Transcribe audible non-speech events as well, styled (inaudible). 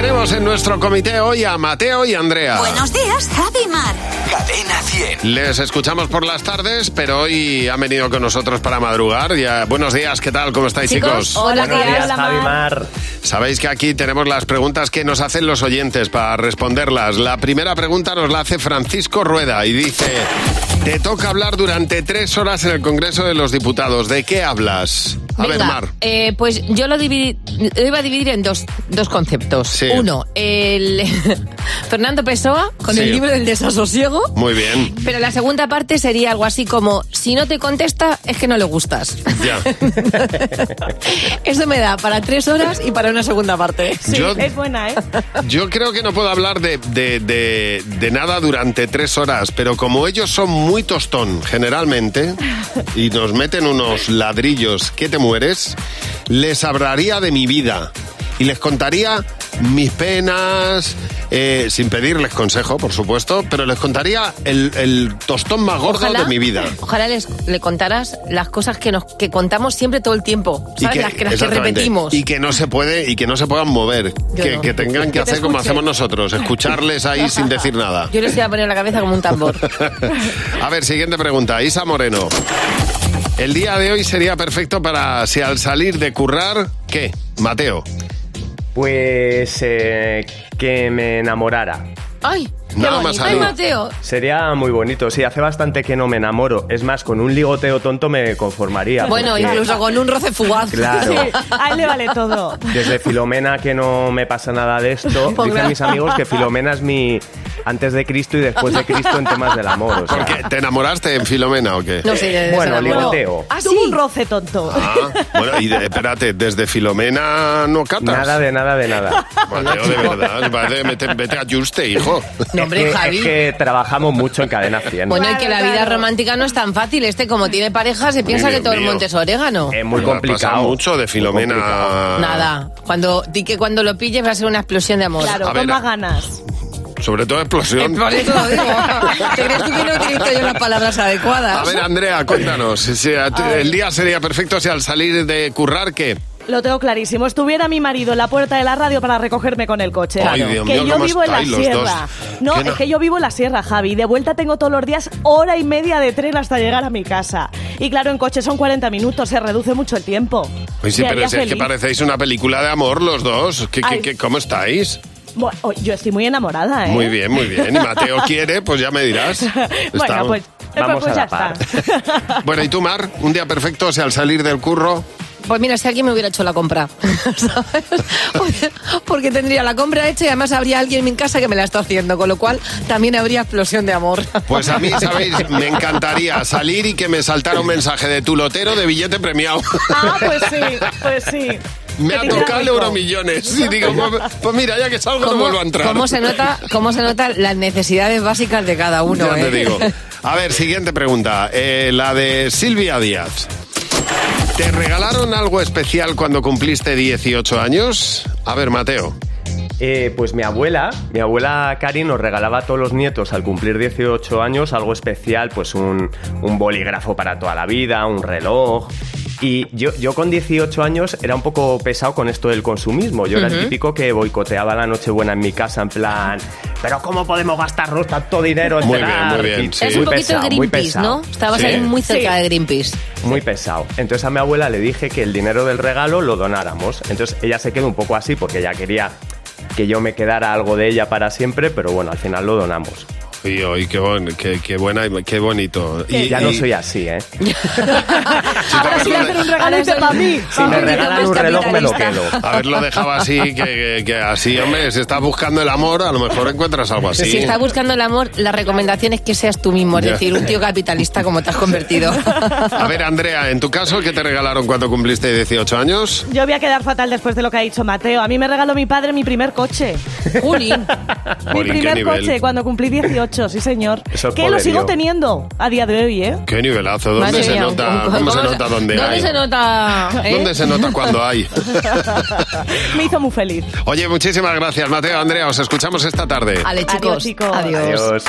Tenemos en nuestro comité hoy a Mateo y Andrea. Buenos días, Javi Mar. Cadena 100. Les escuchamos por las tardes, pero hoy han venido con nosotros para madrugar. Ya, buenos días, ¿qué tal? ¿Cómo estáis, chicos? Hola, Buenos ¿qué días, tal, Mar? Javi Mar. Sabéis que aquí tenemos las preguntas que nos hacen los oyentes para responderlas. La primera pregunta nos la hace Francisco Rueda y dice, te toca hablar durante tres horas en el Congreso de los Diputados. ¿De qué hablas? A ver, Venga, Mar. eh, pues yo lo, dividi- lo iba a dividir en dos, dos conceptos. Sí. Uno, el (laughs) Fernando Pessoa con Sí. el libro (laughs) del desasosiego. Muy bien. Pero la segunda parte sería algo así como, si no te contesta, es que no le gustas. Ya. Eso me da para tres horas y para una (laughs) (laughs) segunda parte. Yo- Es buena, ¿eh? Yo creo que no puedo hablar de, de- de- de nada durante tres horas, pero como ellos son muy tostón generalmente y nos meten unos ladrillos que te mueres, les hablaría de mi vida y les contaría mis penas, eh, sin pedirles consejo, por supuesto, pero les contaría el, el tostón más gordo de mi vida. Ojalá les, le contaras las cosas que nos que contamos siempre todo el tiempo. Y ¿Sabes? las que, las que exactamente. repetimos. Y que no se puede, y que no se puedan mover. Yo Que, no. que tengan que, Que te hacer como escuchen. hacemos nosotros, escucharles ahí sin decir nada. Yo les iba a poner la cabeza como un tambor. (laughs) A ver, siguiente pregunta. Isa Moreno. El día de hoy sería perfecto para si al salir de currar, ¿qué? Mateo. Pues eh, que me enamorara. ¡Ay! qué Nada bonito. más ¡Ay, salir. Mateo! Sería muy bonito. Sí, hace bastante que no me enamoro. Es más, con un ligoteo tonto me conformaría. Bueno, porque incluso con un roce fugaz. (laughs) Claro. Sí, a él le vale todo. Desde Filomena que no me pasa nada de (laughs) esto. Pobre. Dicen mis amigos que Filomena es mi antes de Cristo y después de Cristo en temas del amor. o sea. ¿Por qué? ¿Te enamoraste en Filomena o qué? No sé, de Bueno, desamor. ligoteo. Ah, sí. Tuvo un roce tonto. Ah, bueno, y de- espérate, desde Filomena no catas. Nada de nada de nada. Mateo, de verdad, vale, vete, vete a Juste, hijo. No, Que- hombre, Javi. Es que trabajamos mucho en Cadena 100. Bueno, y que la Claro, vida claro. romántica no es tan fácil. Este, como tiene pareja, se piensa Dios que todo el mío. monte es orégano. es muy Me ha pasado complicado. mucho de Muy Filomena. Nada. Cuando, di que cuando lo pilles va a ser una explosión de amor. Claro, A ver. con más ganas. Sobre todo explosión. Por eso lo digo. ¿Te crees tú que no utilizo yo las palabras A adecuadas? ver, Andrea, cuéntanos. si- si a- el día sería perfecto si al salir de currar, ¿qué? Lo tengo clarísimo. Estuviera mi marido en la puerta de la radio para recogerme con el coche. Ay, Dios que mío, yo cómo vivo en la estáis los sierra. dos. No, Que es no- que yo vivo en la sierra, Javi. De vuelta tengo todos los días hora y media de tren hasta llegar a mi casa. Y claro, en coche son 40 minutos, se reduce mucho el tiempo. Oye, Pues sí, Me pero haría si es que feliz. parecéis una película de amor los dos. ¿Qué, qué- Ay. qué- cómo estáis? Bueno, oh, yo estoy muy enamorada, ¿eh? Muy bien, muy bien. Y (laughs) Mateo quiere, pues ya me dirás. Está- bueno, pues, Vamos a pues ya la par. está. (laughs) Bueno, ¿y tú, Mar? Un día perfecto, o sea, al salir del curro. Pues mira, si alguien me hubiera hecho la compra, (laughs) ¿sabes? (laughs) Porque- Porque tendría la compra hecha y además habría alguien en mi casa que me la está haciendo, con lo cual también habría explosión de amor. Pues (laughs) a mí, ¿sabéis? Me encantaría salir y que me saltara un mensaje de tu lotero de billete premiado. (laughs) ah, pues sí, pues sí. Me Que ha te tocado el rico. euromillones. Y digo, pues, pues mira, ya que salgo no vuelvo a entrar. cómo se nota, cómo se notan las necesidades básicas de cada uno? Ya eh? te digo. A ver, siguiente pregunta. Eh, la de Silvia Díaz. ¿Te regalaron algo especial cuando cumpliste 18 años? A ver, Mateo. Eh, pues mi abuela, mi abuela Cari nos regalaba a todos los nietos al cumplir 18 años algo especial, pues un, un bolígrafo para toda la vida, un reloj. Y yo, yo con 18 años era un poco pesado con esto del consumismo. Yo era el típico que boicoteaba la Nochebuena en mi casa en plan, pero ¿cómo podemos gastarnos tanto dinero? en Muy bien, cenar?". muy bien, Y- sí. Es Muy un poquito pesado, muy Greenpeace, pesado. ¿no? Estabas Sí. ahí muy cerca de Greenpeace. Muy pesado. Entonces a mi abuela le dije que el dinero del regalo lo donáramos. Entonces ella se quedó un poco así porque ella quería que yo me quedara algo de ella para siempre, pero bueno, al final lo donamos. Y hoy, qué, bon- qué, qué buena, y qué bonito. Y, ya no y- soy así, ¿eh. (laughs) Ahora sí voy a hacer un regalito para mí. Si me regalan un reloj me lo quedo. Haberlo dejado (laughs) así, que, que- que así, hombre, si estás buscando el amor, a lo mejor encuentras algo así. Si estás buscando el amor, la recomendación es que seas tú mismo, es Ya. decir, un tío capitalista como te has (laughs) convertido. A ver, Andrea, en tu caso, ¿qué te regalaron cuando cumpliste 18 años? Yo voy a quedar fatal después de lo que ha dicho Mateo. A mí me regaló mi padre mi primer coche. Juli. Jolín, qué mi primer nivel. coche cuando cumplí 18, sí señor. Eso es que lo poderío. sigo teniendo a día de hoy, ¿eh? Qué nivelazo, ¿dónde Madre se mía, nota? un- ¿Cómo se ¿cómo nota dónde, ¿Dónde hay? se nota? eh? ¿Dónde se nota cuando (laughs) hay? Me hizo muy feliz. Oye, muchísimas gracias, Mateo, Andrea. Os escuchamos esta tarde. Ale, chicos. chicos. Adiós. Adiós.